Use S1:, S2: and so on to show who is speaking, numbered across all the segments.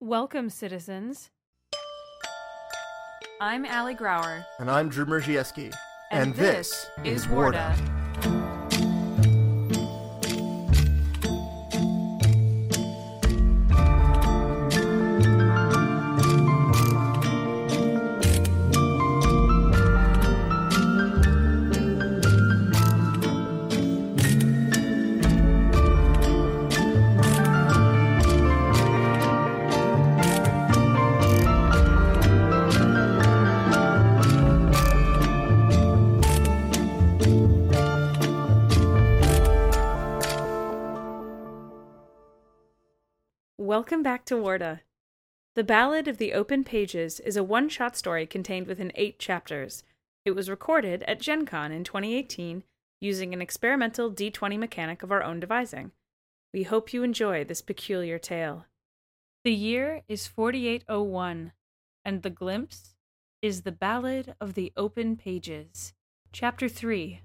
S1: Welcome, citizens. I'm Allie Grauer,
S2: And I'm Drew Merzieski. And, this is Warda.
S1: Warda. Welcome back to Warda. The Ballad of the Open Pages is a one shot story contained within eight chapters. It was recorded at Gen Con in 2018 using an experimental D20 mechanic of our own devising. We hope you enjoy this peculiar tale. The year is 4801, and the glimpse is the Ballad of the Open Pages. Chapter 3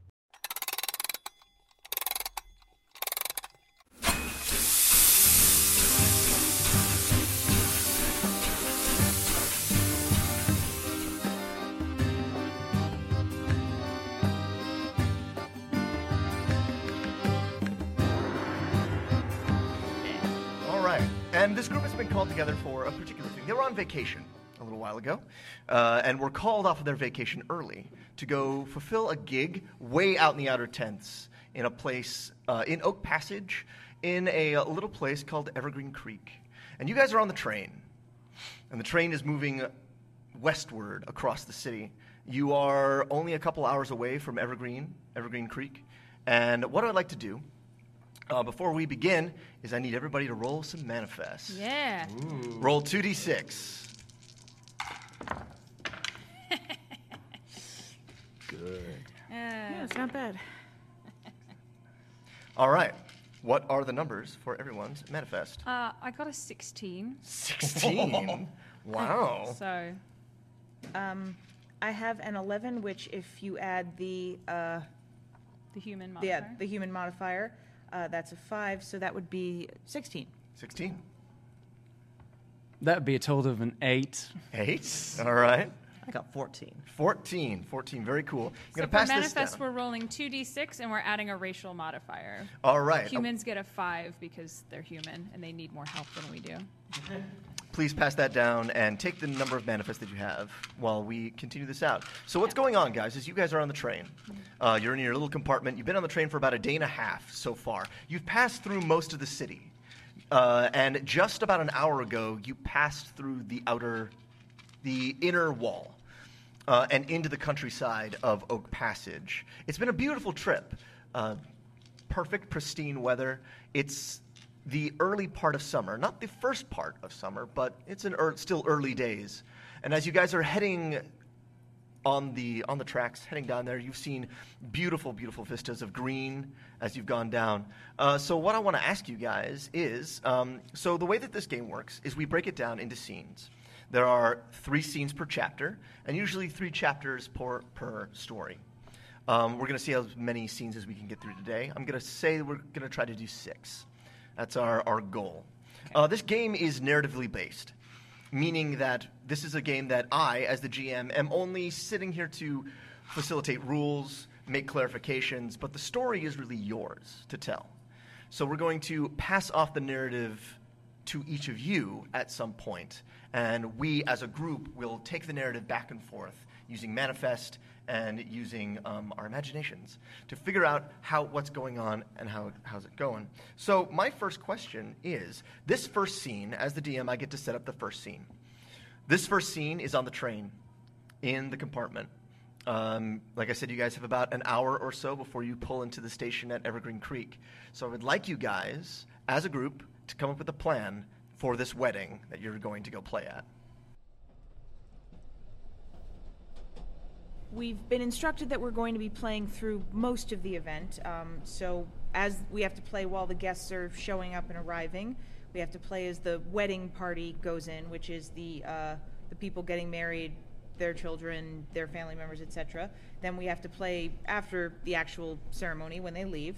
S2: All right. And this group has been called together for a particular thing. They were on vacation a little while ago uh, and were called off of their vacation early to go fulfill a gig way out in the outer tents in a place uh, in Oak Passage in a uh, little place called Evergreen Creek. And you guys are on the train. and the train is moving westward across the city. You are only a couple hours away from Evergreen, Evergreen Creek. And what I'd like to do uh, before we begin is I need everybody to roll some manifests.
S3: Yeah.
S2: Roll 2d6.
S3: Uh,
S4: That's not bad.
S2: All right. What are the numbers for everyone's manifest?
S3: uh, I got a 16.
S2: 16. wow.
S3: So,
S4: Um, I have an 11, which if you add the uh,
S3: the human
S4: the,
S3: modifier.
S4: the human modifier, uh, that's a five, so that would be 16.
S2: 16.
S5: That'd be a total of an eight.
S2: 8. All right.
S4: I got 14.
S2: 14. 14. Very cool. I'm
S3: so
S2: going to
S3: for
S2: pass this
S3: manifest,
S2: down.
S3: we're rolling 2d6 and we're adding a racial modifier.
S2: All right. Uh,
S3: Humans get a 5 because they're human and they need more help than we do.
S2: please pass that down and take the number of manifests that you have while we continue this out. So what's going on, guys, is you guys are on the train. Uh, you're in your little compartment. You've been on the train for about a day and a half so far. You've passed through most of the city. Uh, and just about an hour ago, you passed through the outer, the inner wall uh, and into the countryside of Oak Passage. It's been a beautiful trip. Uh, perfect, pristine weather. It's the early part of summer, not the first part of summer, but it's an ear still early days. And as you guys are heading on the on the tracks heading down there you've seen beautiful beautiful vistas of green as you've gone down uh, so what i want to ask you guys is um, so the way that this game works is we break it down into scenes there are three scenes per chapter and usually three chapters per per story um, we're going to see as many scenes as we can get through today i'm going to say we're going to try to do six that's our, our goal uh, this game is narratively based meaning that this is a game that I, as the GM, am only sitting here to facilitate rules, make clarifications, but the story is really yours to tell. So we're going to pass off the narrative to each of you at some point, and we, as a group, will take the narrative back and forth using manifest and using um, our imaginations to figure out how what's going on and how how's it going. So my first question is: This first scene, as the DM, I get to set up the first scene. This first scene is on the train, in the compartment. Um, like I said, you guys have about an hour or so before you pull into the station at Evergreen Creek. So I would like you guys, as a group, to come up with a plan for this wedding that you're going to go play at.
S4: We've been instructed that we're going to be playing through most of the event. Um, so, as we have to play while the guests are showing up and arriving, we have to play as the wedding party goes in, which is the uh, the people getting married, their children, their family members, etc. Then we have to play after the actual ceremony when they leave.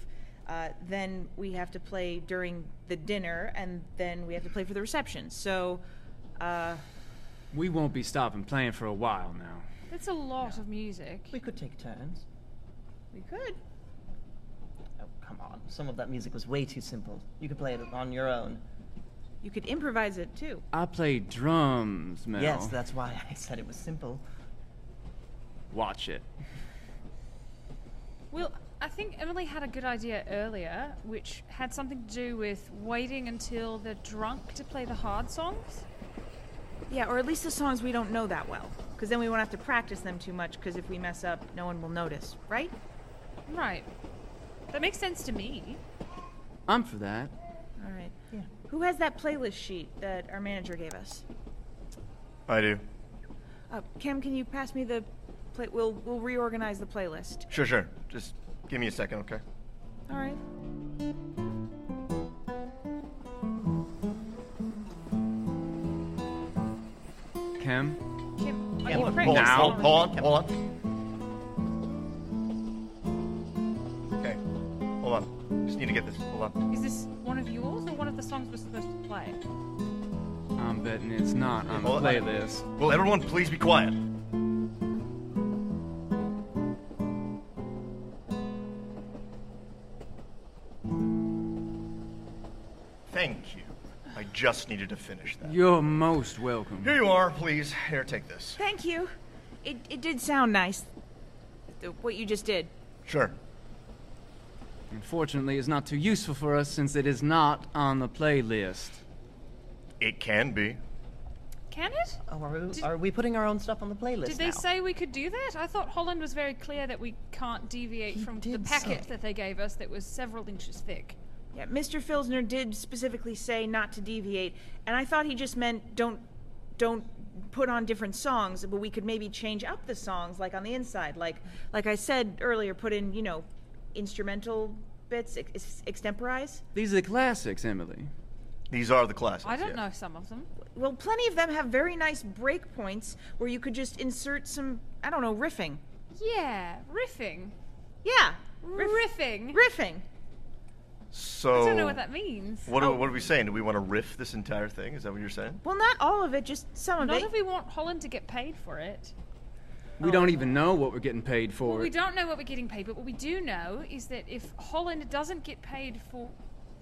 S4: Uh, then we have to play during the dinner, and then we have to play for the reception. So Uh,
S5: We won't be stopping playing for a while now.
S3: It's a lot of music.
S6: We could take turns.
S4: we could.
S6: Oh, come on. Some of that music was way too simple. You could play it on your own.
S4: You could improvise it too.
S5: I play drums, Mel.
S6: Yes, that's why I said it was simple.
S5: Watch it.
S3: Well, I think Emily had a good idea earlier, which had something to do with waiting until they're drunk to play the hard songs.
S4: Yeah, or at least the songs we don't know that well. Because then we won't have to practice them too much, because if we mess up, no one will notice, right?
S3: Right. That makes sense to me.
S5: I'm for that.
S4: All right.
S6: Yeah.
S4: Who has that playlist sheet that our manager gave us?
S2: I do.
S4: Uh, Cam, can you pass me the play? We'll, we'll reorganize the playlist.
S2: Sure, sure. Just give me a second, okay?
S4: All right.
S5: Kim?
S3: Kim, are
S6: Yeah,
S3: you
S6: well,
S3: pregnant?
S2: Hold on,
S5: Now?
S2: hold, hold on, hold on. Okay, hold on. Just need to get this. Hold on.
S3: Is this one of yours or one of the songs we're supposed to play?
S5: I'm betting it's not on the
S2: Well, Oh, I-
S5: playlist.
S2: Will everyone please be quiet? Thank you. I just needed to finish that.
S5: You're most welcome.
S2: Here you are, please. Here, take this.
S4: Thank you. It, it did sound nice, the, what you just did.
S2: Sure.
S5: Unfortunately, it's not too useful for us since it is not on the playlist.
S2: It can be.
S3: Can it?
S6: Oh, are we,
S3: Did-
S6: are we putting our own stuff on the playlist
S3: Did they
S6: now?
S3: say we could do that? I thought Holland was very clear that we can't deviate
S6: He
S3: from the
S6: did
S3: packet
S6: say.
S3: that they gave us that was several inches thick.
S4: Yeah, Mr. Filsner did specifically say not to deviate, and I thought he just meant don't don't put on different songs, but we could maybe change up the songs like on the inside, like like I said earlier, put in you know instrumental bits, ex- extemporize.
S5: These are the classics, Emily.
S2: These are the classes.
S3: I don't
S2: yeah.
S3: know some of them.
S4: Well, plenty of them have very nice breakpoints where you could just insert some I don't know riffing.
S3: Yeah, riffing.
S4: Yeah,
S3: riffing.
S4: riffing.
S2: So.
S3: I don't know what that means.
S2: What
S4: Oh.
S2: are, what are we saying? Do we want to riff this entire thing? Is that what you're saying?
S4: Well, not all of it, just some of
S3: Not
S4: it.
S3: if we want Holland to get paid for it.
S5: We don't even know what we're getting paid for.
S3: Well, we don't know what we're getting paid, but what we do know is that if Holland doesn't get paid for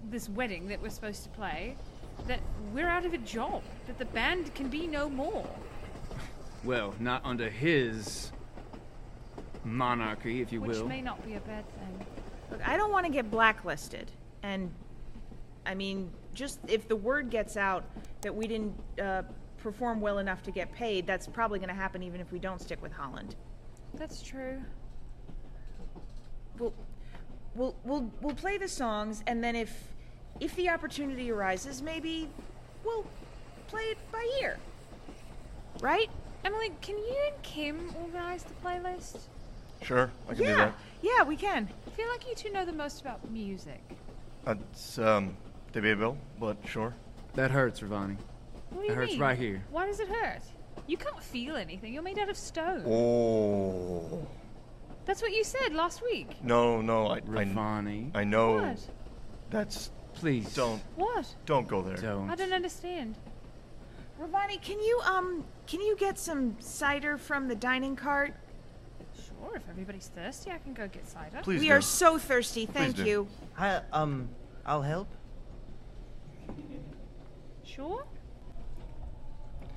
S3: this wedding that we're supposed to play, that we're out of a job, that the band can be no more.
S5: Well, not under his monarchy, if you
S3: Which
S5: will.
S3: may not be a bad thing.
S4: Look, I don't want to get blacklisted. And I mean, just if the word gets out that we didn't uh, perform well enough to get paid, that's probably going to happen even if we don't stick with Holland.
S3: That's true.
S4: We'll, we'll, we'll, we'll play the songs, and then if, if the opportunity arises, maybe we'll play it by ear. Right?
S3: Emily, can you and Kim organise the playlist?
S2: Sure, I can do
S4: Yeah.
S2: that.
S4: Yeah, we can.
S3: I feel like you two know the most about music.
S2: That's um, debatable, but sure.
S5: That hurts, Ravani.
S3: What do you
S5: It hurts
S3: mean?
S5: right here.
S3: Why does it hurt? You can't feel anything. You're made out of stone.
S2: Oh
S3: That's what you said last week.
S2: no, no, I I,
S5: Ravani,
S2: I know
S3: What?
S2: that's
S5: please
S2: don't
S3: What?
S2: don't go there.
S5: don't.
S3: I don't understand.
S4: Ravani, can you um can you get some cider from the dining cart?
S3: Sure, if everybody's thirsty, I can go get cider.
S2: Please
S4: we
S2: do.
S4: are so thirsty. Thank
S2: do.
S4: you.
S6: I, um, I'll help.
S3: Sure.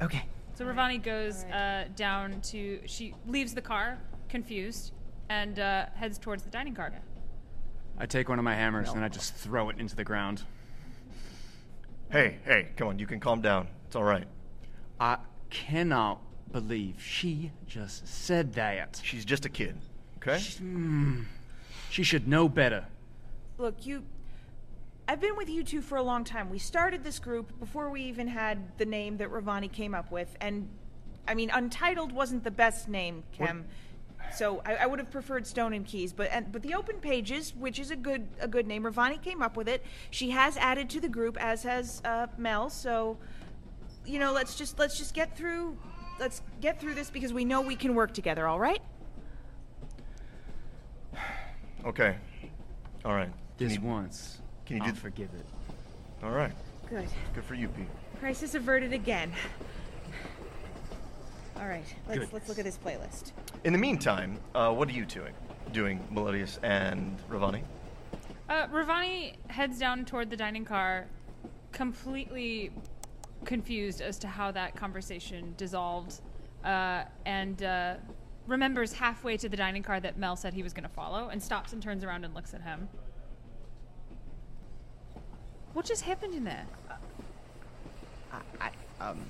S6: Okay.
S3: So Ravani goes uh, down to. She leaves the car, confused, and uh, heads towards the dining car.
S5: I take one of my hammers and I just throw it into the ground.
S2: hey, hey, come on, you can calm down. It's all right.
S5: I cannot believe she just said that.
S2: She's just a kid. Okay.
S5: She should know better.
S4: Look, you. I've been with you two for a long time. We started this group before we even had the name that Ravani came up with, and I mean, Untitled wasn't the best name, Kem. So I, I would have preferred Stone and Keys, but and, but the Open Pages, which is a good a good name, Ravani came up with it. She has added to the group, as has uh, Mel. So, you know, let's just let's just get through, let's get through this because we know we can work together. All right?
S2: Okay. All right. Can
S5: This
S2: you-
S5: once.
S2: Can you do
S5: I'll
S2: th-
S5: forgive it.
S2: All right.
S4: Good.
S2: Good for you, Pete.
S4: Crisis averted again. All right, let's let's look
S2: Goodness.
S4: at this playlist.
S2: In the meantime, uh, what are you doing? Doing Melodius and Ravani?
S3: Uh, Ravani heads down toward the dining car, completely confused as to how that conversation dissolved, uh, and uh, remembers halfway to the dining car that Mel said he was going to follow, and stops and turns around and looks at him. What just happened in there?
S6: I, um,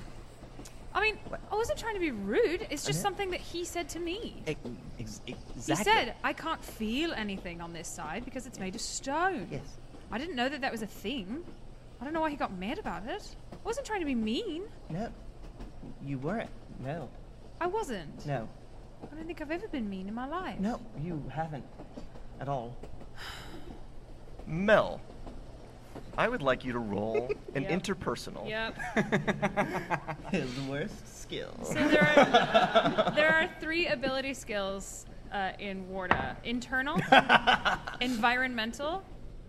S3: I mean,
S6: What?
S3: I wasn't trying to be rude. It's just
S6: Yeah.
S3: something that he said to me.
S6: ex- ex- exactly.
S3: He said, I can't feel anything on this side because it's made of stone.
S6: Yes.
S3: I didn't know that that was a thing. I don't know why he got mad about it. I wasn't trying to be mean.
S6: No. You weren't. No.
S3: I wasn't.
S6: No.
S3: I don't think I've ever been mean in my life.
S6: No, you haven't. At all.
S2: Mel, I would like you to roll an
S3: Yep.
S2: interpersonal.
S3: Yep.
S6: His worst skills.
S3: So there are there are three ability skills uh, in Warda: internal, environmental,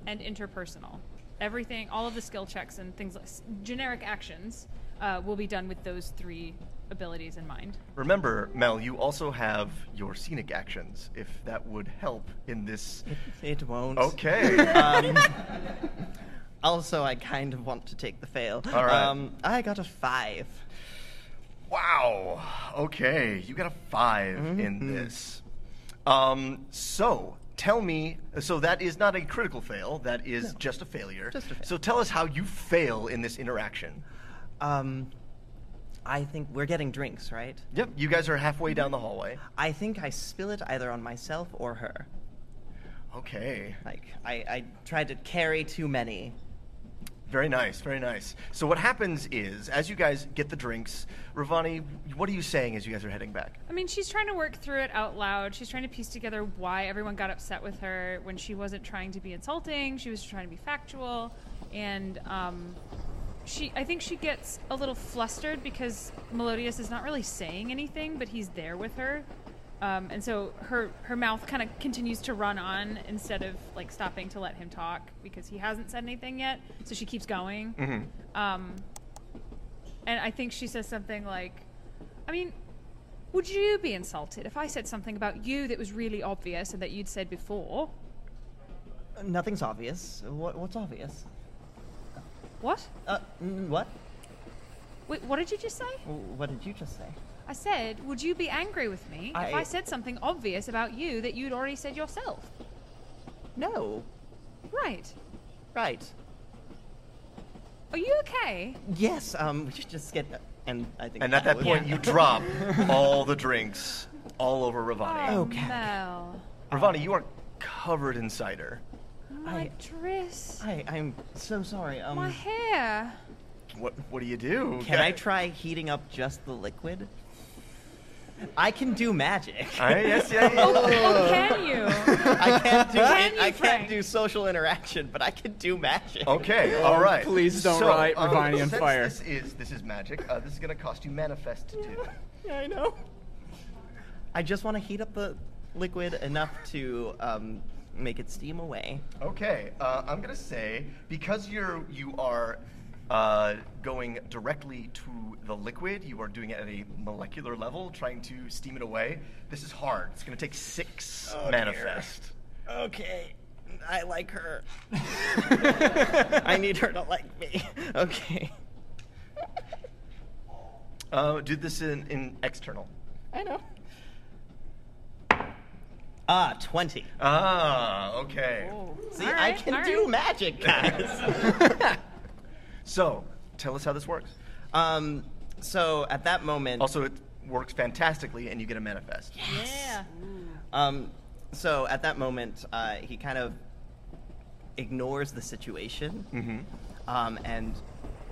S3: and interpersonal. Everything, all of the skill checks and things like s- generic actions, uh, will be done with those three abilities in mind.
S2: Remember, Mel, you also have your scenic actions, if that would help in this.
S6: It won't.
S2: Okay.
S6: Um, also, I kind of want to take the fail.
S2: All right.
S6: Um, I got a five.
S2: Wow. Okay, you got a 5
S6: Mm-hmm.
S2: in this. Um, so tell me. So that is not a critical fail. That is just a failure.
S6: Just a fail.
S2: So tell us how you fail in this interaction.
S6: Um, I think we're getting drinks, right?
S2: Yep. You guys are halfway
S6: Mm-hmm.
S2: down the hallway.
S6: I think I spill it either on myself or her.
S2: Okay.
S6: Like, I, I tried to carry too many.
S2: Very nice. Very nice. So what happens is, as you guys get the drinks, Ravani, what are you saying as you guys are heading back?
S3: I mean, she's trying to work through it out loud. She's trying to piece together why everyone got upset with her when she wasn't trying to be insulting. She was trying to be factual, and um, she. I think she gets a little flustered because Melodius is not really saying anything, but he's there with her, um, and so her her mouth kind of continues to run on instead of like stopping to let him talk because he hasn't said anything yet. So she keeps going. Um, and I think she says something like, I mean, would you be insulted if I said something about you that was really obvious and that you'd said before?
S6: Uh, Nothing's obvious. What, what's obvious?
S3: What?
S6: Uh, mm, what?
S3: Wait, what did you just say?
S6: W- What did you just say?
S3: I said, would you be angry with me if
S6: I-
S3: I said something obvious about you that you'd already said yourself?
S6: No.
S3: Right.
S6: Right.
S3: Are you okay?
S6: Yes, um, we should just get. And I think.
S2: And at that
S6: was-
S2: point, you drop all the drinks all over Ravani.
S3: Oh,
S6: Okay.
S3: Mel.
S2: Ravani, you are covered in cider.
S3: My
S6: I-
S3: dress.
S6: I, I'm so sorry. Um,
S3: my hair.
S2: What What do you do?
S6: Can I try heating up just the liquid? I can do magic.
S2: I, yes, yeah, yeah.
S3: Oh, can you?
S6: I can't do
S3: Can you,
S6: I
S3: Frank?
S6: can't do social interaction, but I can do magic.
S2: Okay, all right.
S5: Oh,
S2: uh,
S5: please don't light Ravani on
S2: since
S5: fire.
S2: This is this is magic. Uh, this is going to cost you manifest to do.
S6: Yeah, I know. I just want to heat up the liquid enough to um, make it steam away.
S2: Okay, uh, I'm going to say because you're you are uh, going directly to the liquid. You are doing it at a molecular level, trying to steam it away. This is hard. It's going to take six
S6: Oh, dear.
S2: manifest.
S6: Okay. I like her. I need her to like me. Okay.
S2: Uh, do this in, in external.
S6: I know. Ah, 20.
S2: Ah, okay.
S6: See,
S3: All
S6: I
S3: right,
S6: can
S3: all
S6: do
S3: right.
S6: magic, guys.
S2: So tell us how this works.
S6: um, so at that moment,
S2: Also, it works fantastically, and you get a manifest.
S3: Yeah.
S6: um, so at that moment, uh, he kind of ignores the situation,
S2: Mm-hmm.
S6: um, and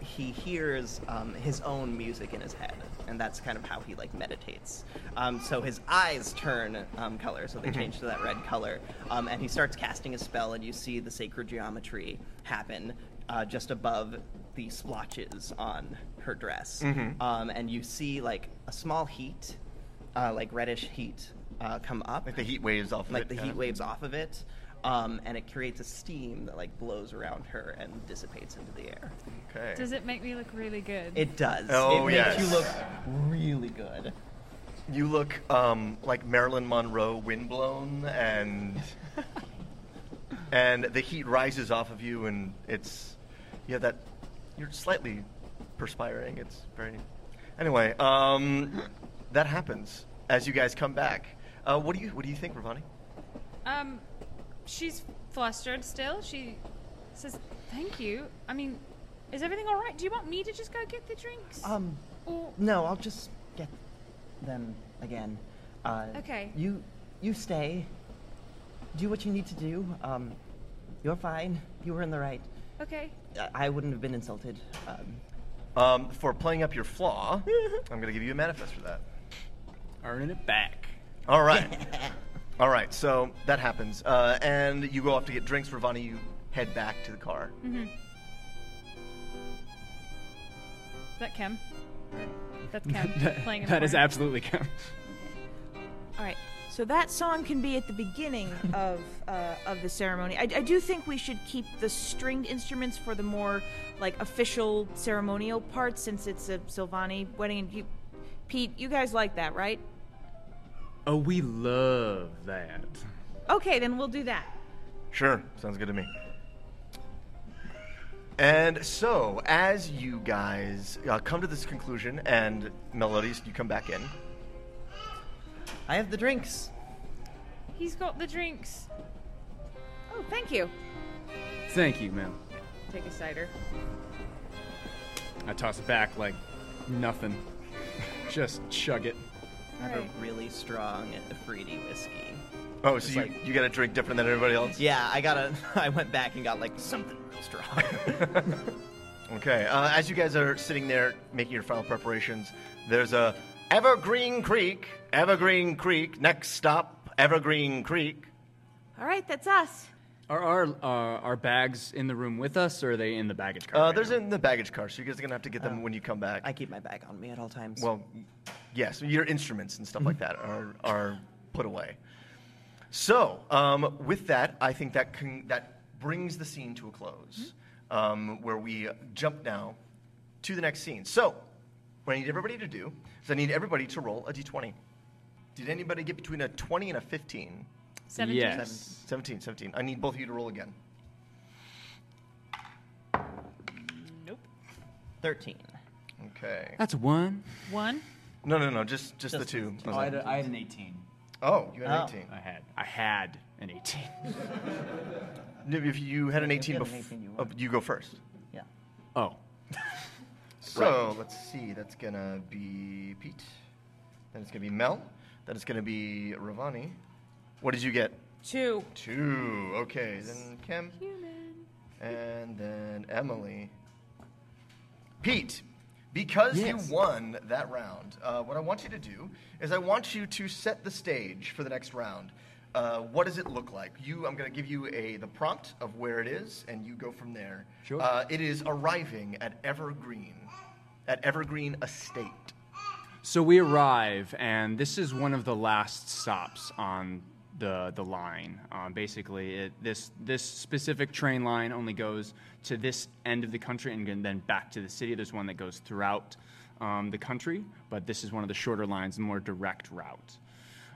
S6: he hears um, his own music in his head, and that's kind of how he like meditates. Um, so his eyes turn um, color, so they
S2: Mm-hmm.
S6: change to that red color, um, and he starts casting a spell, and you see the sacred geometry happen uh, just above the splotches on her dress,
S2: Mm-hmm.
S6: um, and you see like a small heat, uh, like reddish heat, uh, come up
S2: Like the heat waves off. Of
S6: like
S2: it,
S6: the
S2: kinda.
S6: heat waves off of it. um, and it creates a steam that like blows around her and dissipates into the air.
S2: Okay.
S3: Does it make me look really good?
S6: It does.
S2: Oh,
S6: it
S2: yes.
S6: makes you look really good.
S2: You look um, like Marilyn Monroe, windblown, and and the heat rises off of you, and it's you have that you're slightly perspiring. It's very anyway. Um, that happens as you guys come back. Uh, what do you what do you think, Ravani?
S3: Um, she's flustered still. She says, "Thank you." I mean, is everything all right? Do you want me to just go get the drinks?
S6: Um,
S3: Or-
S6: no, I'll just get them again. Uh,
S3: Okay.
S6: You you stay. Do what you need to do. Um, you're fine. You were in the right.
S3: okay.
S6: I- I wouldn't have been insulted. Um,
S2: Um, for playing up your flaw, I'm going to give you a manifest for that.
S5: Earning it back.
S2: All right. All right, so that happens. Uh, and you go off to get drinks. Ravani, you head back to the car.
S3: Is that Kim? That's Kim playing. in the
S5: that is
S3: corner.
S5: absolutely Kim.
S4: All right. So that song can be at the beginning of uh, of the ceremony. I, I do think we should keep the stringed instruments for the more like official ceremonial part, since it's a Silvani wedding. And you, Pete, you guys like that, right?
S5: Oh, we love that.
S4: Okay, then we'll do that.
S2: Sure, sounds good to me. And so, as you guys uh, come to this conclusion, and Melodies, you come back in.
S6: I have the drinks.
S3: He's got the drinks.
S4: Oh, thank you.
S5: Thank you, ma'am.
S4: Take a cider.
S5: I toss it back like nothing. Just chug it.
S6: I have a really strong Afridi whiskey.
S2: Oh, so
S6: It's
S2: you,
S6: like-
S2: you got a drink different than everybody else?
S6: Yeah, I got a. I went back and got like something real strong.
S2: Okay, uh, as you guys are sitting there making your final preparations, there's a Evergreen Creek, Evergreen Creek, next stop, Evergreen Creek.
S4: All right, that's us.
S5: Are our uh, our bags in the room with us, or are they in the baggage car?
S2: Uh,
S5: right
S2: there's
S5: now?
S2: in the baggage car, so you guys are going to have to get them when you come back.
S6: I keep my bag on me at all times.
S2: Well, yes, your instruments and stuff like
S6: Mm-hmm.
S2: that are are put away. So, um, with that, I think that con- that brings the scene to a close,
S6: Mm-hmm.
S2: um, where we jump now to the next scene. So, what I need everybody to do is I need everybody to roll a d20. Did anybody get between a 20 and a 15?
S3: Seventeen.
S5: Yes.
S2: 17, 17. I need both of you to roll again.
S3: Nope.
S6: thirteen.
S2: Okay.
S5: That's a one.
S3: One.
S2: No, no, no, just just, the
S6: Just
S2: two.
S5: Oh, I, had a- I had an 18.
S2: Oh, you had an
S6: Oh.
S2: 18.
S5: I had. I had an 18.
S2: If you had an
S6: If
S2: 18,
S6: you
S2: before,
S6: had an 18, you
S2: uh,
S6: won.
S2: you go first.
S6: Yeah.
S5: Oh.
S2: So let's see. That's gonna be Pete. Then it's gonna be Mel. Then it's gonna be Ravani. What did you get?
S4: Two.
S2: Two. Okay. Then Kim. And then Emily. Pete, because
S5: Yes.
S2: you won that round, uh, what I want you to do is I want you to set the stage for the next round. Uh, what does it look like? You, I'm going to give you a the prompt of where it is, and you go from there.
S5: Sure.
S2: Uh, it is arriving at Evergreen, at Evergreen Estate.
S5: So we arrive, and this is one of the last stops on the the line. Um, basically, it, this this specific train line only goes to this end of the country and then back to the city. There's one that goes throughout um, the country, but this is one of the shorter lines, the more direct route.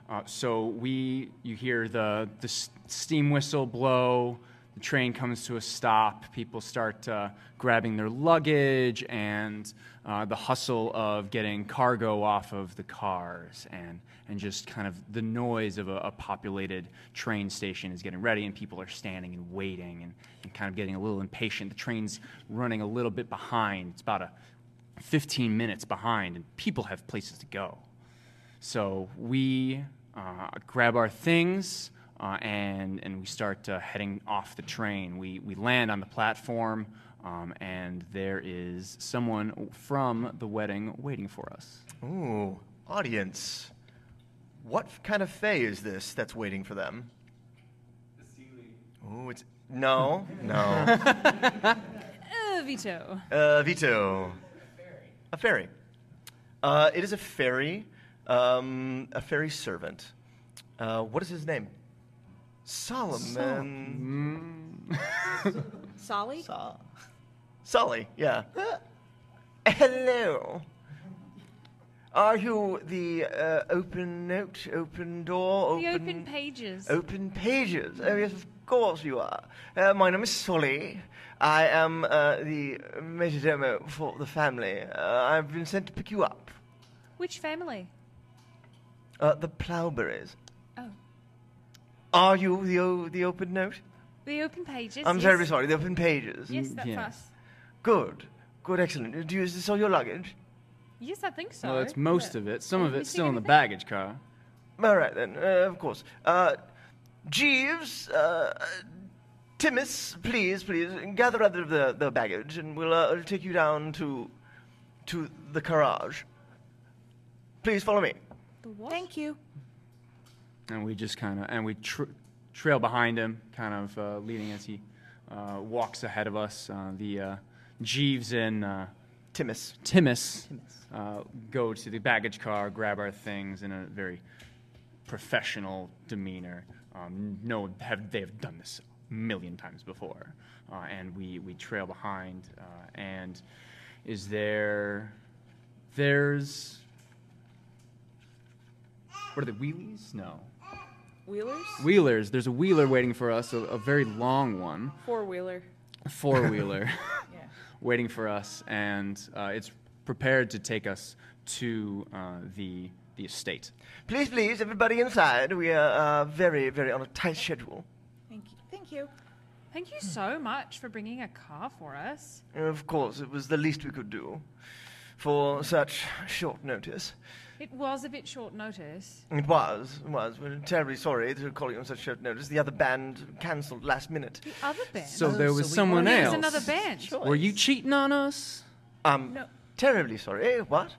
S5: Uh, so we, you hear the, the s- steam whistle blow, the train comes to a stop, people start uh, grabbing their luggage, and uh, the hustle of getting cargo off of the cars, and, and just kind of the noise of a, a populated train station is getting ready, and people are standing and waiting and, and kind of getting a little impatient. The train's running a little bit behind, it's about a 15 minutes behind, and people have places to go. So we uh, grab our things uh, and and we start uh, heading off the train. We we land on the platform, um, and there is someone from the wedding waiting for us.
S2: Ooh, audience. What f- kind of fae is this that's waiting for them? Ooh, it's no, no.
S3: Uh, veto.
S2: Uh, Vito. A fairy. Uh, it is a fairy, um, a fairy servant. Uh, what is his name? Solomon.
S4: Solly?
S6: Saw.
S2: Sully, yeah. Hello. Are you the uh, open note, open door, open
S3: The open pages.
S2: Open pages. Oh, yes, of course you are. Uh, my name is Sully. I am uh, the major domo for the family. Uh, I've been sent to pick you up.
S3: Which family?
S2: Uh, the Plowberries.
S3: Oh,
S2: Are you the, o- the open note?
S3: the open pages.
S2: I'm
S5: Um,
S3: yes.
S2: terribly sorry, the open pages.
S3: Yes, that's
S5: Yes.
S3: us.
S2: Good. Good, excellent. Uh, Do you, is this all your luggage?
S3: Yes, I think so.
S5: Well, that's most of it. Some of
S3: Did we
S5: it's
S3: see
S5: still in the
S3: anything?
S5: baggage car.
S2: All right, then, uh, of course. Uh, Jeeves, uh, Timmis, please, please, gather up the, the baggage and we'll uh, take you down to, to the garage. Please follow me.
S3: The what?
S4: Thank you.
S5: and we just kind of and we tr trail behind him, kind of uh, leading as he uh, walks ahead of us. Uh, the uh, Jeeves and uh,
S2: Timmis.
S5: Timmis uh, go to the baggage car, grab our things in a very professional demeanor. Um, no, have they have done this a million times before, uh, and we we trail behind. Uh, and is there there's what are the wheelies? No.
S4: Wheelers?
S5: Wheelers. There's a wheeler waiting for us, a, a very long one,
S1: Four wheeler.
S5: four wheeler,
S4: Yeah.
S5: waiting for us, and uh, it's prepared to take us to uh, the the estate.
S2: Please, please, everybody inside. We are uh, very, very on a tight schedule.
S4: Thank you. Thank you.
S3: Thank you so much for bringing a car for us.
S2: Of course, it was the least we could do for such short notice.
S3: It was a bit short notice.
S2: It was, it was. We're terribly sorry to call you on such short notice. The other band cancelled last minute.
S3: The other band.
S5: So
S6: Oh,
S5: there was
S6: so we-
S5: someone
S3: there
S5: else.
S3: was another band.
S5: Were you cheating on us?
S2: Um,
S4: No.
S2: terribly sorry. Eh, What?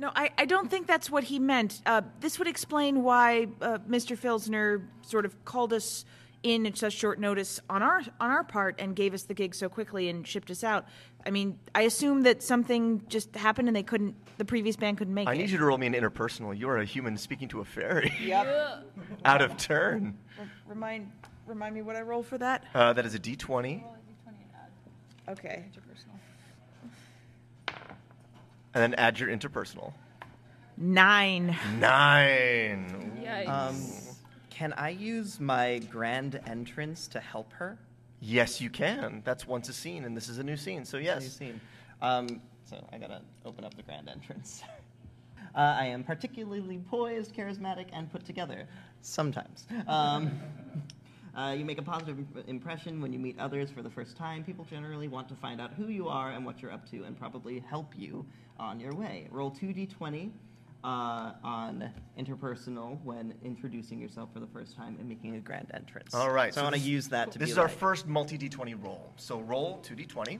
S4: No, I, I don't think that's what he meant. Uh, this would explain why uh, Mr. Filsner sort of called us in at such short notice on our on our part and gave us the gig so quickly and shipped us out. I mean, I assume that something just happened and they couldn't. The previous band couldn't make
S2: I
S4: it.
S2: need you to roll me an interpersonal. You are a human speaking to a fairy.
S4: Yep.
S2: Out of turn.
S4: Remind remind me what I roll for that.
S2: Uh, that is a d20,
S4: Okay.
S2: and then add your interpersonal.
S4: Nine.
S2: Nine.
S6: Um, can I use my grand entrance to help her?
S2: Yes, you can. That's once a scene, and this is a new scene. So
S6: New
S2: yes.
S6: scene. Um, so I gotta open up the grand entrance. uh, I am particularly poised, charismatic, and put together. Sometimes. Um, uh, you make a positive imp- impression when you meet others for the first time. People generally want to find out who you are and what you're up to, and probably help you on your way. Roll 2d20 uh, on interpersonal when introducing yourself for the first time and making a grand entrance.
S2: All right.
S6: So, I want to
S2: this-
S6: use that to
S2: This
S6: be
S2: is our
S6: like-
S2: first multi d20 roll. So roll two d20.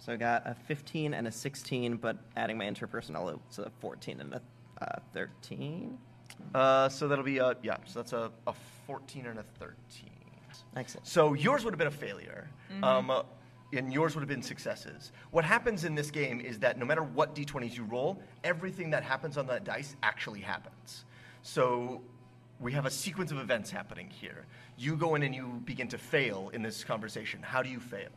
S6: So I got a 15 and a 16, but adding my interpersonal, it's a 14 and a uh, 13.
S2: Uh, so that'll be uh, yeah. So that's a, a 14 and a 13.
S6: Excellent.
S2: So yours would have been a failure, um, uh, and yours would have been successes. What happens in this game is that no matter what d20s you roll, everything that happens on that dice actually happens. So we have a sequence of events happening here. You go in and you begin to fail in this conversation. How do you fail?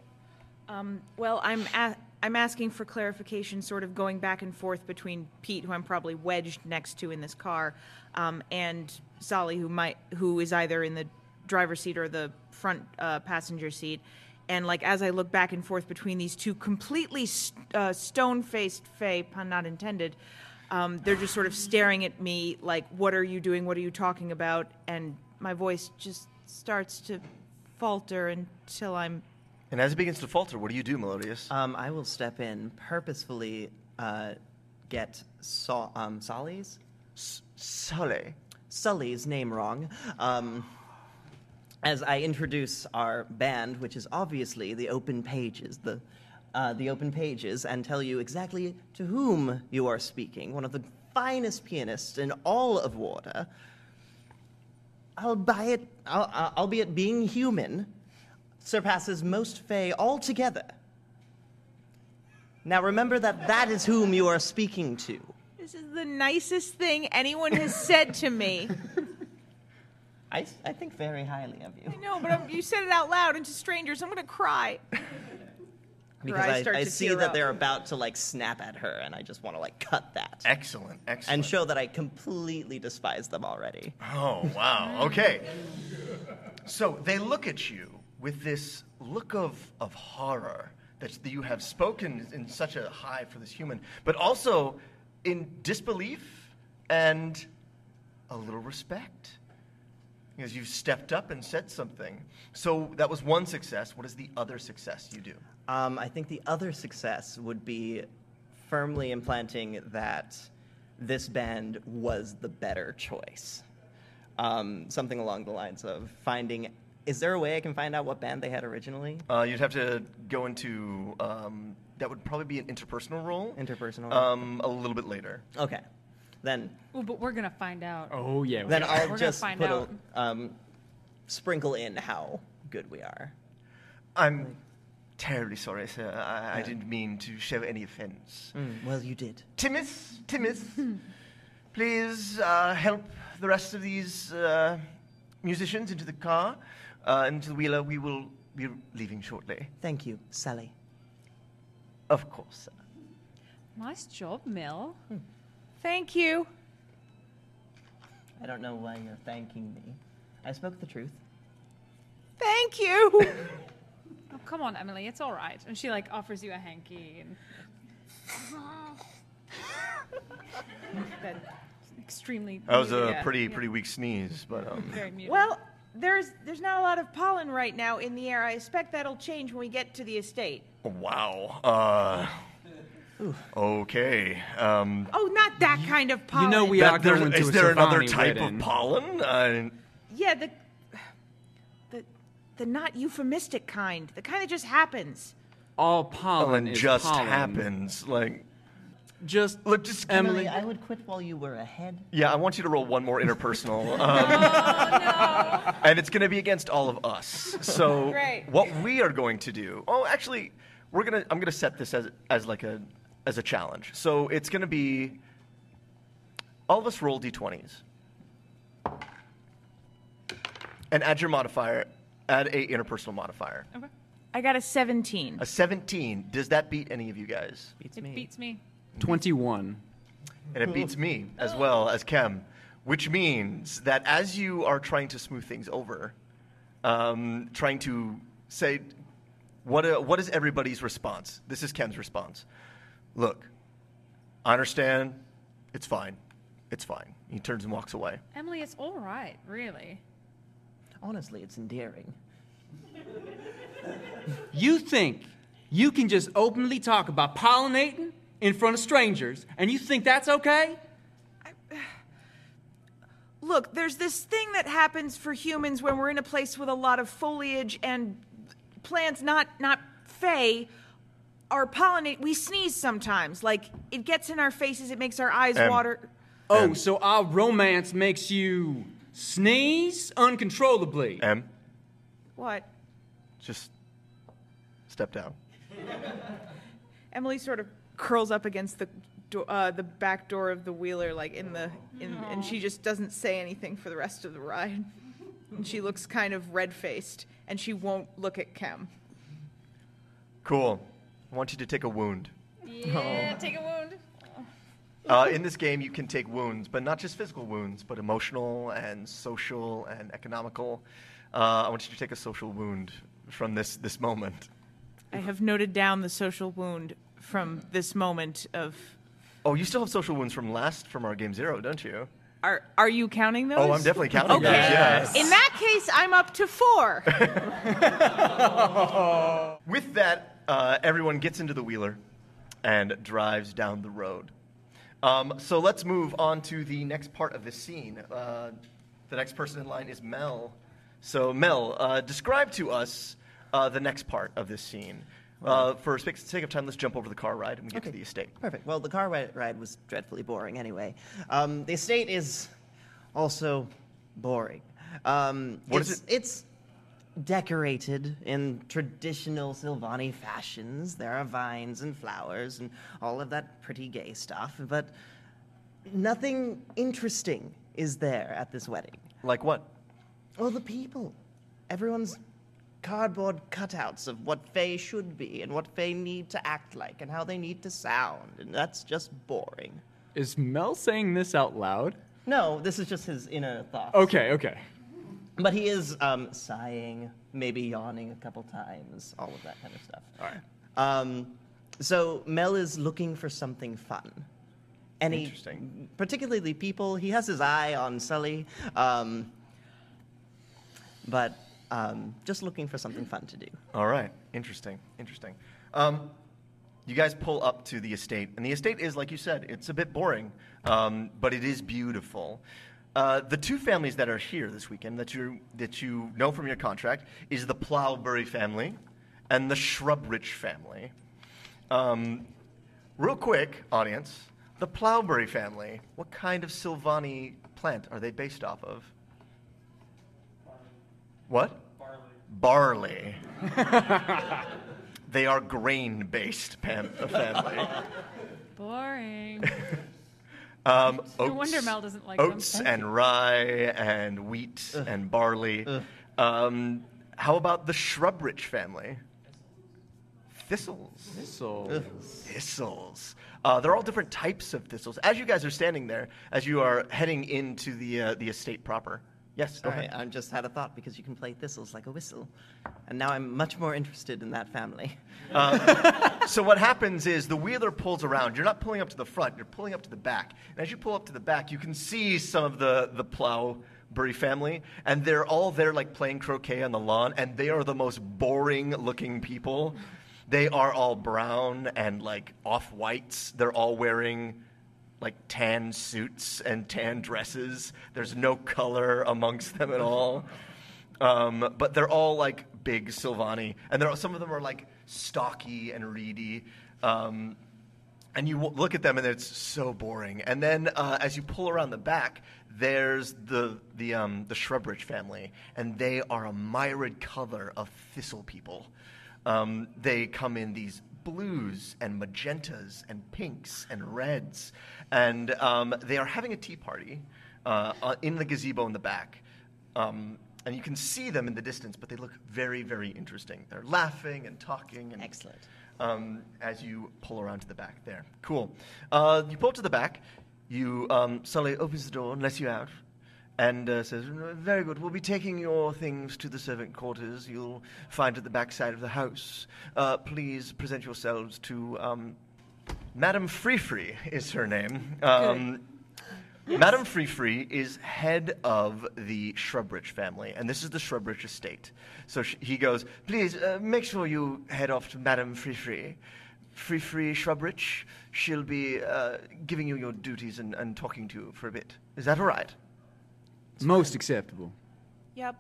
S4: Um, well, I'm a- I'm asking for clarification, sort of going back and forth between Pete, who I'm probably wedged next to in this car, um, and Solly, who might who is either in the driver's seat or the front uh, passenger seat. And like as I look back and forth between these two completely st- uh, stone-faced Fey, pun not intended, um, they're just sort of staring at me like, "What are you doing? What are you talking about?" And my voice just starts to falter until I'm
S2: And as it begins to falter, what do you do, Melodious?
S6: Um, I will step in, purposefully uh, get Sol- um, Solly's,
S2: Sully.
S6: Sully's name wrong. Um, as I introduce our band, which is obviously the Open Pages, the uh, the Open Pages, and tell you exactly to whom you are speaking. One of the finest pianists in all of Warda. Albeit, al- al- albeit being human, surpasses most Fae altogether. Now remember that that is whom you are speaking to.
S4: This is the nicest thing anyone has said to me.
S6: I, s- I think very highly of you.
S4: No, but I'm, you said it out loud and to strangers. I'm going to cry.
S6: Because
S4: I
S6: I,
S4: start
S6: I
S4: to
S6: see
S4: tear
S6: that
S4: up.
S6: they're about to like snap at her, and I just want to like cut that.
S2: Excellent, excellent.
S6: And show that I completely despise them already.
S2: Oh, wow. Okay. So they look at you with this look of, of horror that you have spoken in such a high for this human, but also in disbelief and a little respect. Because you've stepped up and said something. So that was one success. What is the other success you do?
S6: Um, I think the other success would be firmly implanting that this band was the better choice. Um, something along the lines of finding is there a way I can find out what band they had originally?
S2: Uh, you'd have to go into um, that would probably be an interpersonal role.
S6: Interpersonal.
S2: Um, a little bit later.
S6: Okay. Then
S3: Well, but we're gonna find out.
S5: Oh yeah. we
S6: then
S5: are.
S6: I'll
S3: gonna
S6: just
S3: find
S6: put
S3: out.
S6: A, um, sprinkle in how good we are.
S2: I'm terribly sorry, sir. I, I didn't mean to show any offense.
S6: Mm, Well, you did.
S2: Timmith, Timmith, please uh, help the rest of these uh, musicians into the car, uh, into the wheeler. We will be leaving shortly.
S6: Thank you, Sally.
S2: Of course, sir.
S3: Nice job, Mill.
S4: Thank you.
S6: I don't know why you're thanking me. I spoke the truth.
S4: Thank you.
S3: Oh, come on, Emily, it's all right. And she like offers you a hanky and that extremely. muted- yeah, yeah,
S2: weak sneeze, but um,
S3: Very muted.
S4: well, there's there's not a lot of pollen right now in the air. I expect that'll change when we get to the estate.
S2: oh, wow. Uh, okay. Um,
S4: Oh, not that kind of pollen.
S5: you know we are going to a Silvani wedding.
S2: pollen? Uh,
S4: Yeah, the the the not euphemistic kind. The kind that just happens.
S5: All pollen is pollen.
S2: Like,
S5: Just
S2: look, just
S5: Emily.
S6: I would quit while you were ahead.
S2: Yeah, I want you to roll one more interpersonal. Um, And it's going to be against all of us. So
S4: Great.
S2: what we are going to do? Oh, actually, we're gonna. I'm gonna set this as as like a as a challenge. So it's going to be all of us roll d20s and add your modifier. Add a interpersonal modifier.
S4: I got a 17.
S2: A 17. Does that beat any of you guys?
S6: Beats
S3: it
S6: me.
S3: beats me.
S5: Twenty-one.
S2: And it beats me as well as Kem, which means that as you are trying to smooth things over, um, trying to say, what, uh what is everybody's response? This is Kem's response. Look, I understand. It's fine. It's fine. He turns and walks away.
S3: Emily, it's all right, really.
S6: Honestly, it's endearing.
S5: You think you can just openly talk about pollinating in front of strangers, and you think that's okay?
S4: Look, there's this thing that happens for humans when we're in a place with a lot of foliage and plants not not fey are pollinate. We sneeze sometimes. Like it gets in our faces, it makes our eyes
S2: Um,
S4: water.
S5: Oh, so our romance makes you sneeze uncontrollably.
S2: Em,
S4: What?
S2: just step down.
S4: Emily sort of curls up against the do- uh, the back door of the wheeler, like in the in, and she just doesn't say anything for the rest of the ride. And she looks kind of red faced, and she won't look at Kem.
S2: Cool. I want you to take a wound.
S3: Yeah, take a wound.
S2: Uh, in this game, you can take wounds, but not just physical wounds, but emotional and social and economical. Uh, I want you to take a social wound from this this moment.
S4: I have noted down the social wound from this moment of.
S2: Oh, you still have social wounds from last from our game zero, don't you?
S4: Are are you counting those?
S2: Oh, I'm definitely counting those.
S4: Okay.
S2: Yes.
S4: In that case, I'm up to four.
S2: With that, uh, everyone gets into the wheeler and drives down the road. Um, so let's move on to the next part of the scene. Uh, the next person in line is Mel. So, Mel, uh, describe to us uh, the next part of this scene. Uh, for sake sake of time, let's jump over the car ride and we get to the estate.
S6: Perfect. Well, the car ri- ride was dreadfully boring anyway. Um, the estate is also boring. Um,
S2: What
S6: it's,
S2: is it?
S6: It's decorated in traditional Silvani fashions. There are vines and flowers and all of that pretty gay stuff, but nothing interesting is there at this wedding.
S2: Like what?
S6: All Oh, the people. Everyone's cardboard cutouts of what Fae should be and what Fae need to act like and how they need to sound, and that's just boring.
S5: Is Mel saying this out loud?
S6: No, this is just his inner thoughts.
S5: Okay, okay.
S6: But he is um, sighing, maybe yawning a couple times, all of that kind of stuff. All right. Um, so Mel is looking for something fun. And he-
S2: Interesting.
S6: particularly people. He has his eye on Sully, um, but um, just looking for something fun to do.
S2: All right. Interesting. Interesting. Um, you guys pull up to the estate, and the estate is, like you said, it's a bit boring, um, but it is beautiful. Uh, the two families that are here this weekend that you that you know from your contract is the Plowbury family and the Shrubrich family. Um, real quick, audience, the Plowbury family. What kind of Sylvani plant are they based off of? What? Barley. they are grain based pam- family.
S3: Boring.
S2: Um,
S3: No
S2: oats,
S3: wonder Mel doesn't like them.
S2: oats and rye and wheat and barley. Um, how about the Shrubrich family? Thistles.
S5: So
S2: Thistles. Uh, they're all different types of thistles. As you guys are standing there, as you are heading into the uh, the estate proper. Yes. Go
S6: All right,
S2: ahead.
S6: I just had a thought because you can play thistles like a whistle, and now I'm much more interested in that family.
S2: So what happens is the wheeler pulls around. You're not pulling up to the front. You're pulling up to the back. And as you pull up to the back, you can see some of the the Plowbury family, and they're all there like playing croquet on the lawn, and they are the most boring looking people. They are all brown and like off whites. They're all wearing like tan suits and tan dresses. There's no color amongst them at all. Um, but they're all like big Silvani, and they're, some of them are like stocky and reedy. Um, and you w- look at them, and it's so boring. And then uh, as you pull around the back, there's the the um, the Shrubbridge family, and they are a myriad color of thistle people. Um, they come in these blues and magentas and pinks and reds, and um, they are having a tea party uh, uh, in the gazebo in the back. Um, and you can see them in the distance, but they look very, very interesting. They're laughing and talking. And,
S6: Excellent.
S2: Um, as you pull around to the back there. Cool. Uh, you pull to the back. You, um, Sully opens the door and lets you out and uh, says, "Mm, Very good. We'll be taking your things to the servant quarters you'll find at the back side of the house. Uh, please present yourselves to um, Madame Freefree, is her name. Um, Madame Free Free is head of the Shrubrich family, and this is the Shrubrich estate. So sh- he goes, Please uh, make sure you head off to Madame Free Free. Free Free Shrubrich, she'll be uh, giving you your duties and, and talking to you for a bit. Is that all right?
S5: most acceptable.
S4: Yep.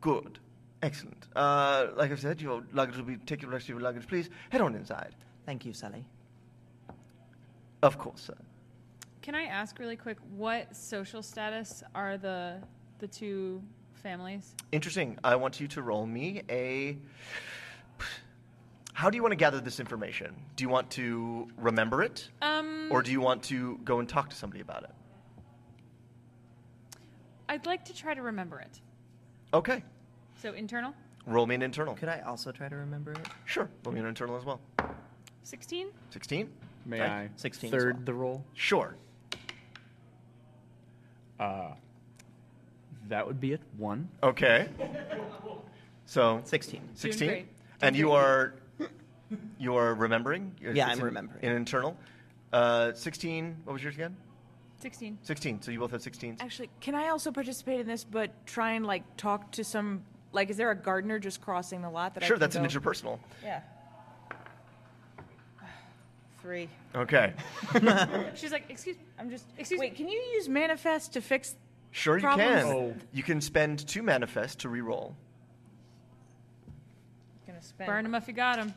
S2: Good. Excellent. Uh, like I said, your luggage will be, take the rest of your luggage, please. Head on inside.
S6: Thank you, Sally.
S2: Of course, sir.
S3: Can I ask really quick what social status are the the two families?
S2: Interesting. I want you to roll me a. How do you want to gather this information? Do you want to remember it,
S3: Um,
S2: or do you want to go and talk to somebody about it?
S3: I'd like to try to remember it.
S2: Okay.
S3: So internal,
S2: Roll me an internal.
S6: Could I also try to remember it?
S2: Sure. Roll me an internal as well.
S3: sixteen.
S2: 16?
S5: May
S2: Right.
S5: I
S6: 16 as
S5: third
S6: well.
S5: the roll?
S2: Sure.
S5: Uh, that would be it. One.
S2: Okay. So,
S6: 16.
S2: 16?
S3: great.
S2: And you are. You are remembering?
S6: Yeah, I'm
S2: an-
S6: remembering.
S2: An internal? Uh, 16. What was yours again?
S3: Sixteen.
S2: 16. So you both have 16s?
S4: Actually, can I also participate in this, but try and like talk to some? Like, is there a gardener just crossing the lot that I
S2: Sure,
S4: can
S2: that's an
S4: go-
S2: interpersonal.
S4: Yeah. Three.
S2: Okay.
S3: She's like, excuse.
S4: I'm just.
S3: Excuse
S4: Wait, can you use manifest to fix?
S2: Sure, you
S4: Problems.
S2: can.
S5: Oh.
S2: You can spend two manifest to reroll.
S4: Gonna spend.
S3: Burn him if you got him.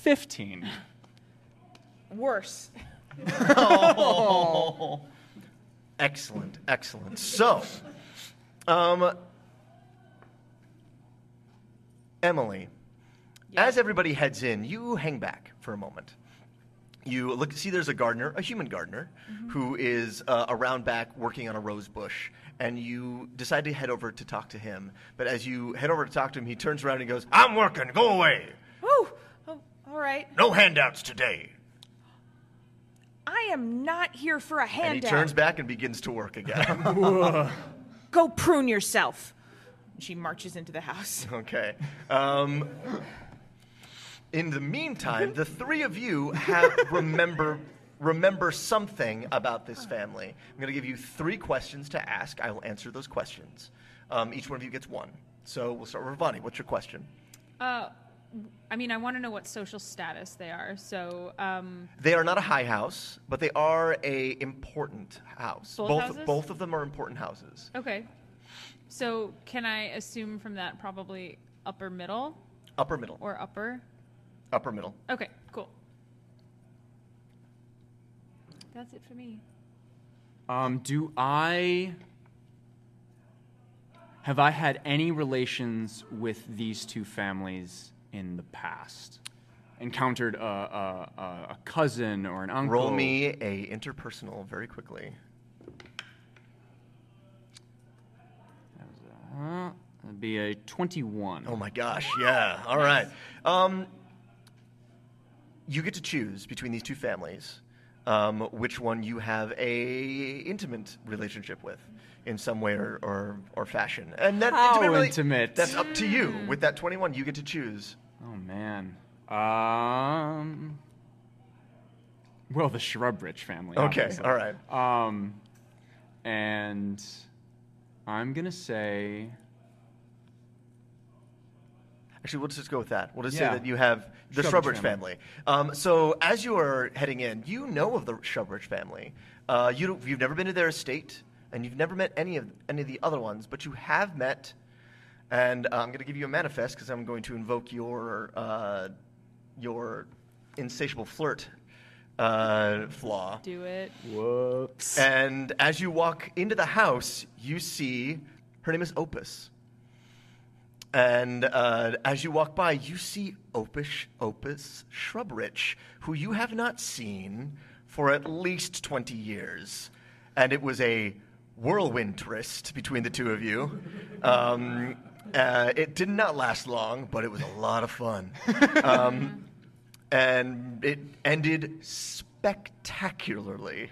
S5: Fifteen.
S4: Worse.
S2: Excellent, excellent. So, um, Emily, as everybody heads in, you hang back for a moment. you look see there's a gardener, a human gardener, who is uh, around back working on a rose bush, and you decide to head over to talk to him. But as you head over to talk to him, he turns around and goes, "I'm working. Go away.
S4: Whew! Oh, all right.
S2: No handouts today."
S4: I am not here for a handout.
S2: And he turns back and begins to work again.
S4: Go prune yourself. And she marches into the house.
S2: Okay. Um, in the meantime, the three of you have remember remember something about this family. I'm going to give you three questions to ask. I will answer those questions. Um, each one of you gets one. So we'll start with Ravani. What's your question?
S3: Uh, I mean, I want to know what social status they are. So, um,
S2: They are not a high house, but they are a important house.
S3: Both
S2: both
S3: houses?
S2: both of them are important houses.
S3: okay. So, can I assume from that probably upper middle
S2: Upper middle.
S3: or upper?
S2: upper middle.
S3: Okay, cool. That's it for me.
S5: Um, do I have I had any relations with these two families in the past? Encountered a, a, a, a cousin or an uncle?
S2: Roll me a interpersonal very quickly.
S5: Uh, that'd be a twenty-one.
S2: Oh my gosh, yeah. All right. Um, you get to choose between these two families um, which one you have a intimate relationship with in some way or, or, or fashion. And that
S5: How
S2: intimate, rela-
S5: intimate?
S2: That's up to you. With that 21, you get to choose.
S5: Oh man. Um. Well, the Shrubrich family.
S2: Okay,
S5: obviously.
S2: all right.
S5: Um, and I'm gonna say
S2: Actually, we'll just go with that. We'll just
S5: Yeah.
S2: say that you have the
S5: Shrubbridge
S2: Shrubbridge family. Um, so as you are heading in, you know of the Shrubbridge family. Uh, you don't- you've never been to their estate, and you've never met any of any of the other ones, but you have met. And uh, I'm going to give you a manifest because I'm going to invoke your uh, your insatiable flirt uh, flaw.
S3: Do it.
S5: whoops.
S2: And as you walk into the house, you see her name is Opus. And uh, as you walk by, you see Opus Opus Shrubrich, who you have not seen for at least twenty years, and it was a whirlwind tryst between the two of you. Um, uh, it did not last long, but it was a lot of fun. Um, and it ended spectacularly.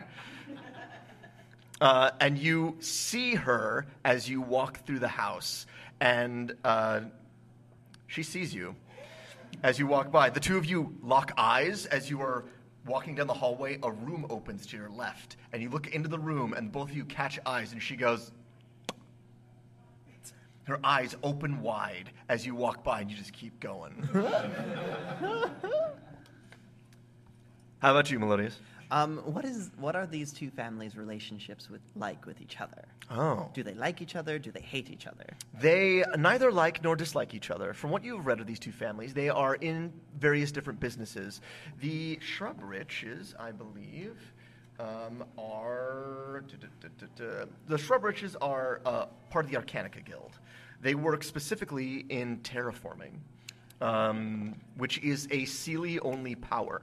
S2: Uh, and you see her as you walk through the house, and uh, she sees you as you walk by. The two of you lock eyes as you are walking down the hallway. A room opens to your left, and you look into the room, and both of you catch eyes, and she goes. Her eyes open wide as you walk by, and you just keep going. How about you, Melodious?
S6: Um, what is what are these two families' relationships with like with each other?
S2: Oh.
S6: Do they like each other? Do they hate each other?
S2: They neither like nor dislike each other. From what you've read of these two families, they are in various different businesses. The shrub riches, I believe, um, are duh, duh, duh, duh, duh. the shrub riches are uh, part of the Arcanica Guild. They work specifically in terraforming, um, which is a Sealy only power.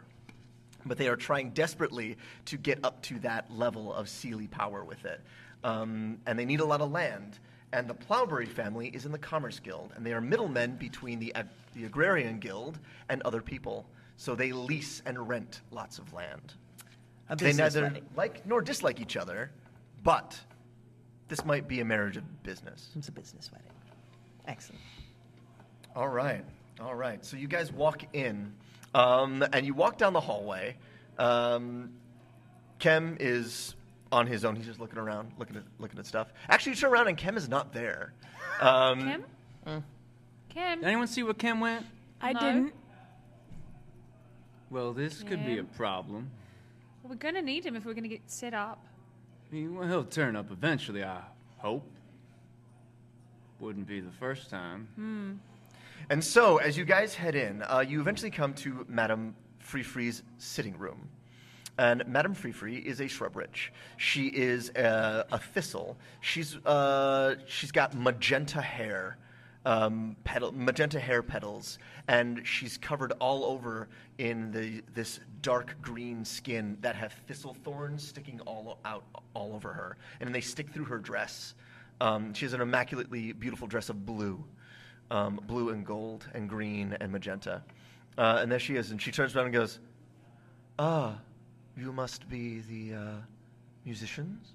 S2: But they are trying desperately to get up to that level of Sealy power with it. Um, and they need a lot of land. And the Plowberry family is in the Commerce Guild, and they are middlemen between the, ag- the Agrarian Guild and other people. So they lease and rent lots of land.
S6: A
S2: They
S6: business
S2: neither
S6: wedding.
S2: like nor dislike each other, but this might be a marriage of business.
S6: It's a business wedding. Excellent.
S2: All right, all right. So you guys walk in, um, and you walk down the hallway. Um, Kem is on his own. He's just looking around, looking at looking at stuff. Actually, you turn around and Kem is not there. Um,
S3: Kim? Kim?
S5: Did anyone see where Kim went?
S4: I
S3: No.
S4: didn't.
S5: Well, this could be a problem.
S3: We're going to need him if we're going to get set up.
S5: I mean, well, he'll turn up eventually. I hope. Wouldn't be the first time.
S2: And so, as you guys head in, uh, you eventually come to Madame Freefree's sitting room. And Madame Freefree is a shrubrich. She is a, a thistle. She's, uh, she's got magenta hair. um, petal, magenta hair petals, and she's covered all over in the this dark green skin that have thistle thorns sticking all out all over her, and they stick through her dress. Um, she has an immaculately beautiful dress of blue, um, blue and gold and green and magenta. Uh, and there she is, and she turns around and goes, "Ah, you must be the uh, musicians.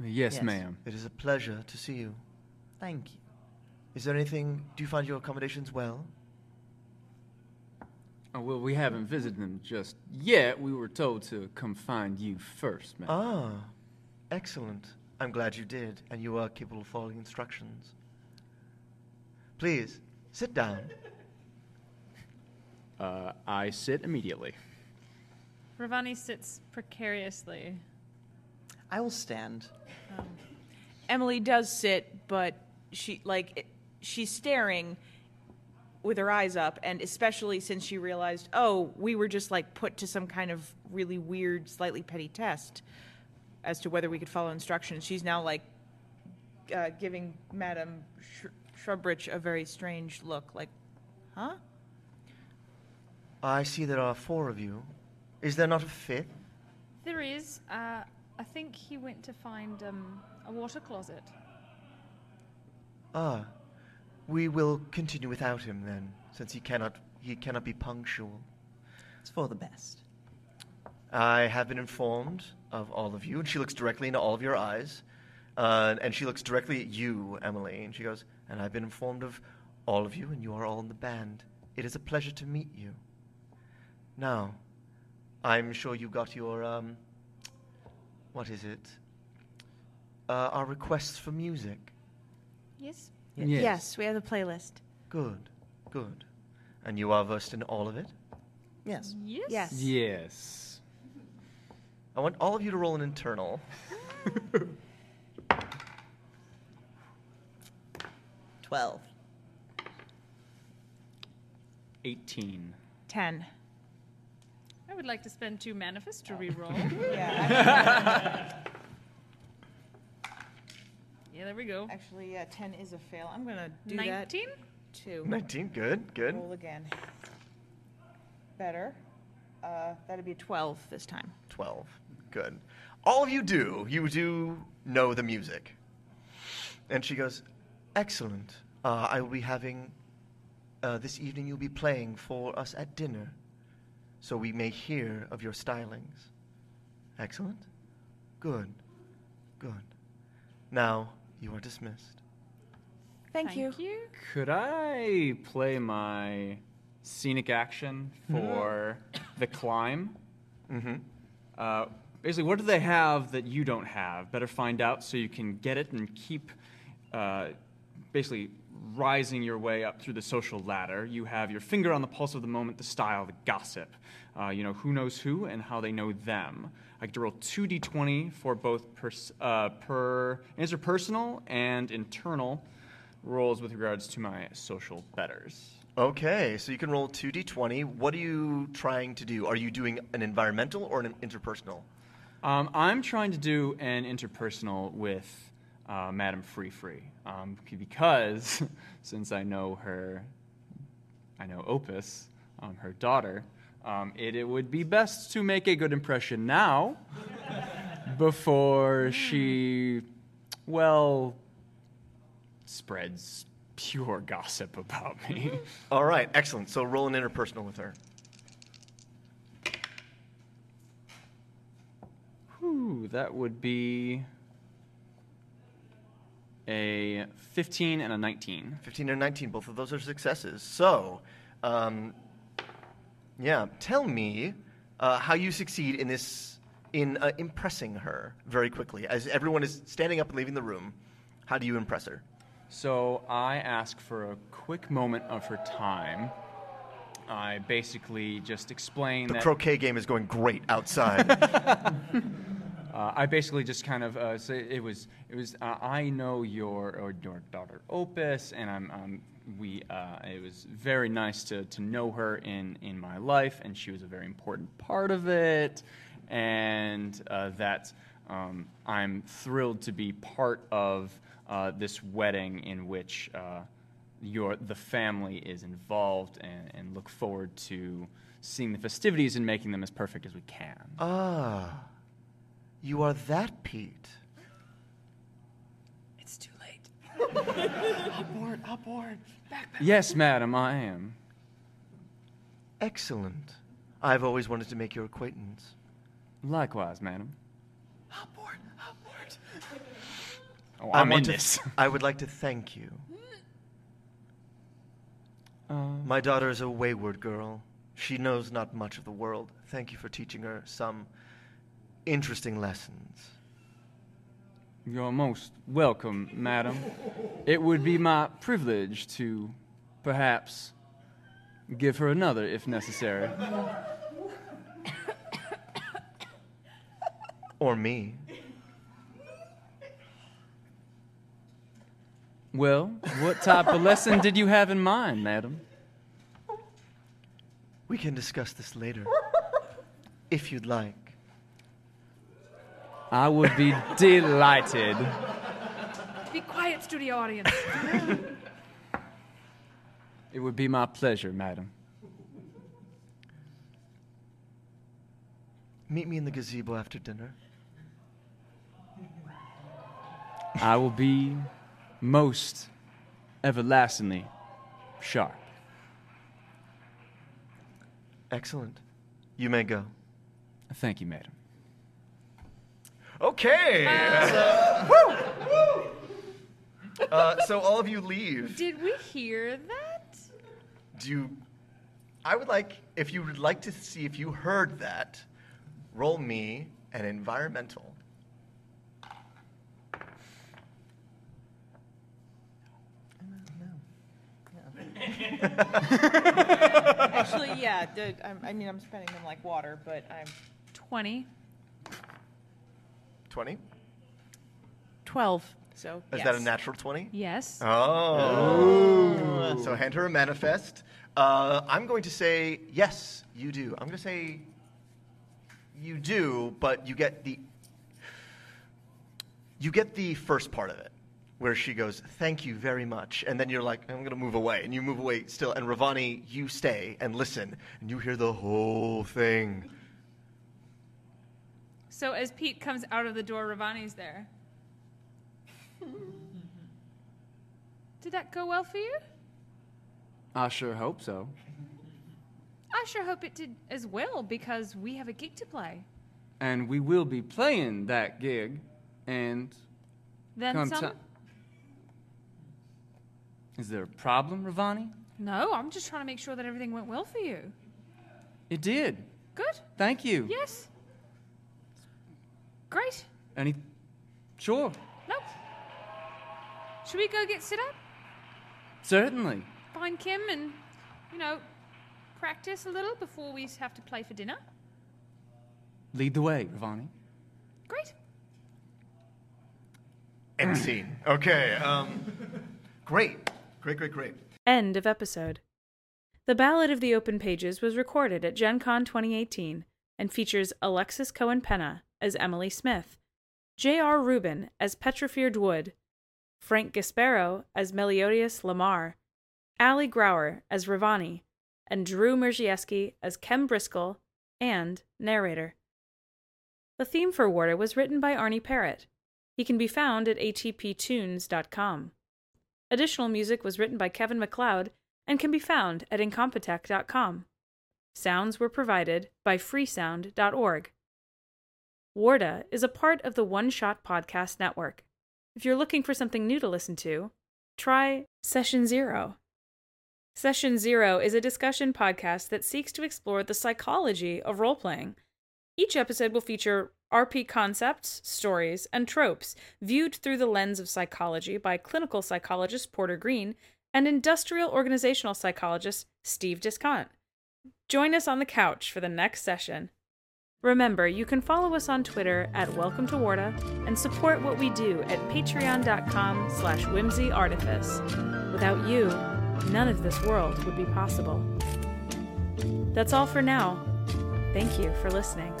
S5: Yes,
S6: Yes.
S5: ma'am.
S2: It is a pleasure to see you.
S6: Thank you.
S2: Is there anything? Do you find your accommodations well?
S5: Oh, well, we haven't visited them just yet. We were told to come find you first, ma'am.
S2: Ah, excellent. I'm glad you did, and you are capable of following instructions. Please sit down.
S5: Uh, I sit immediately.
S3: Ravani sits precariously.
S6: I will stand.
S4: Emily does sit, but she like it- she's staring with her eyes up, and especially since she realized, oh, we were just like put to some kind of really weird, slightly petty test as to whether we could follow instructions. She's now like uh, giving Madame Sh- Shrubrich a very strange look, like, huh?
S2: I see there are four of you. Is there not a fifth?
S3: There is. Uh, I think he went to find um, a water closet.
S2: Ah, we will continue without him then, since he cannot he cannot be punctual.
S6: It's for the best.
S2: I have been informed of all of you, and she looks directly into all of your eyes, uh, and she looks directly at you, Emily, and she goes, "And I've been informed of all of you, and you are all in the band. It is a pleasure to meet you. Now, I'm sure you got your um, what is it? Uh, our requests for music.
S3: Yes.
S5: Yes.
S4: we have the playlist.
S2: Good, good, and you are versed in all of it.
S6: Yes.
S3: Yes.
S4: Yes.
S5: Yes.
S2: I want all of you to roll an internal."
S6: Twelve.
S5: 18.
S4: Ten.
S3: I would like to spend two manifests to reroll.
S4: Yeah,
S3: yeah, there we go.
S4: actually, yeah, ten is a fail. I'm gonna do that
S3: Nineteen.
S4: too.
S2: Nineteen, good, good.
S4: Roll again. Better. Uh, that'd be a 12 this time.
S2: 12. Good. All of you do. You do know the music. And she goes, Excellent. Uh, I will be having, uh, this evening you'll be playing for us at dinner, so we may hear of your stylings. Excellent. Good. Good. Now you are dismissed.
S3: Thank you.
S5: Could I play my scenic action for the climb?
S2: Mm-hmm.
S5: Uh, basically, what do they have that you don't have? Better find out so you can get it and keep uh, basically rising your way up through the social ladder. You have your finger on the pulse of the moment, the style, the gossip. Uh, you know who knows who and how they know them. I get to roll two d20 for both pers- uh, per interpersonal and internal rolls with regards to my social betters.
S2: Okay, so you can roll 2d20. What are you trying to do? Are you doing an environmental or an interpersonal?
S5: Um, I'm trying to do an interpersonal with uh, Madame Free Free um, c- because since I know her, I know Opus, um, her daughter. Um, it, it would be best to make a good impression now before she, well, spreads pure gossip about me.
S2: All right, excellent. So roll an interpersonal with her.
S5: Whew, that would be a 15 and a 19.
S2: 15 and 19, both of those are successes. So, um, yeah, tell me uh, how you succeed in this, in uh, impressing her very quickly. As everyone is standing up and leaving the room, how do you impress her?
S5: So I ask for a quick moment of her time. I basically just explain
S2: The
S5: that.
S2: croquet game is going great outside.
S5: Uh, I basically just kind of uh, say it was it was uh, I know your or your daughter Opus, and I'm um, we uh, it was very nice to to know her in in my life, and she was a very important part of it, and uh, that Um, I'm thrilled to be part of uh, this wedding in which uh, your the family is involved, and, and look forward to seeing the festivities and making them as perfect as we can.
S2: Ah, you are that Pete.
S3: It's too late.
S5: yes, madam, I am.
S2: Excellent. I've always wanted to make your acquaintance.
S5: Likewise, madam.
S2: Upward, upward.
S5: Oh,
S2: I
S5: I'm in
S2: want to-
S5: this.
S2: I would like to thank you.
S5: Uh.
S2: My daughter is a wayward girl. She knows not much of the world. Thank you for teaching her some interesting lessons.
S5: You're most welcome, madam. It would be my privilege to perhaps give her another if necessary.
S2: Or me.
S5: Well, what type of lesson did you have in mind, madam?
S2: We can discuss this later. if you'd like.
S5: I would be delighted.
S3: Be quiet, studio audience.
S5: It would be my pleasure, madam.
S2: Meet me in the gazebo after dinner.
S5: I will be most everlastingly sharp.
S2: Excellent. You may go.
S5: Thank you, madam.
S2: Okay. Woo! Uh, so all of you leave.
S3: Did we hear that?
S2: Do you, I would like if you would like to see if you heard that. Roll me an environmental.
S4: Actually, yeah, the, I, I mean, I'm spending them like water, but I'm,
S3: Twenty.
S2: Twenty.
S4: twelve, so,
S2: Is
S4: yes.
S2: that a natural twenty?
S3: Yes.
S5: Uh.
S2: Oh. So hand her a manifest. Uh, I'm going to say yes, you do. I'm going to say you do, but you get the you get the first part of it, where she goes, "Thank you very much," and then you're like, "I'm going to move away," and you move away still. And Ravani, you stay and listen, and you hear the whole thing.
S3: So as Pete comes out of the door, Ravani's there. Did that go well for you?
S5: I sure hope so.
S3: I sure hope it did as well because we have a gig to play.
S5: And we will be playing that gig and
S3: Then
S5: come
S3: some.
S5: ti- Is there a problem, Ravani?
S3: No, I'm just trying to make sure that everything went well for you.
S5: It did.
S3: Good.
S5: Thank you.
S3: Yes. Great.
S5: Any Sure.
S3: Nope. Should we go get sit up?
S5: Certainly.
S3: Find Kim and, you know, practice a little before we have to play for dinner.
S5: Lead the way, Ravani.
S3: Great.
S2: End scene. Okay. Um, great. Great. Great. Great.
S1: End of episode. The Ballad of the Open Pages was recorded at Gen Con 2018 and features Alexis Cohen Penna as Emily Smith, J.R. Rubin as Petrofeared Wood, Frank Gasparo as Meliodas Lamar, Ali Grauer as Ravani, and Drew Merzieski as Kem Briscoe and narrator. The theme for Warda was written by Arnie Parrott. He can be found at atptunes.com. Additional music was written by Kevin MacLeod and can be found at incompetech.com. Sounds were provided by freesound.org. Warda is a part of the One Shot Podcast Network. If you're looking for something new to listen to, try Session Zero. Session Zero is a discussion podcast that seeks to explore the psychology of role playing. Each episode will feature RP concepts, stories, and tropes viewed through the lens of psychology by clinical psychologist Porter Green and industrial organizational psychologist Steve Discant. Join us on the couch for the next session. Remember, you can follow us on Twitter at Welcome to Warda and support what we do at patreon.com slash whimsyartifice. Without you, none of this world would be possible. That's all for now. Thank you for listening.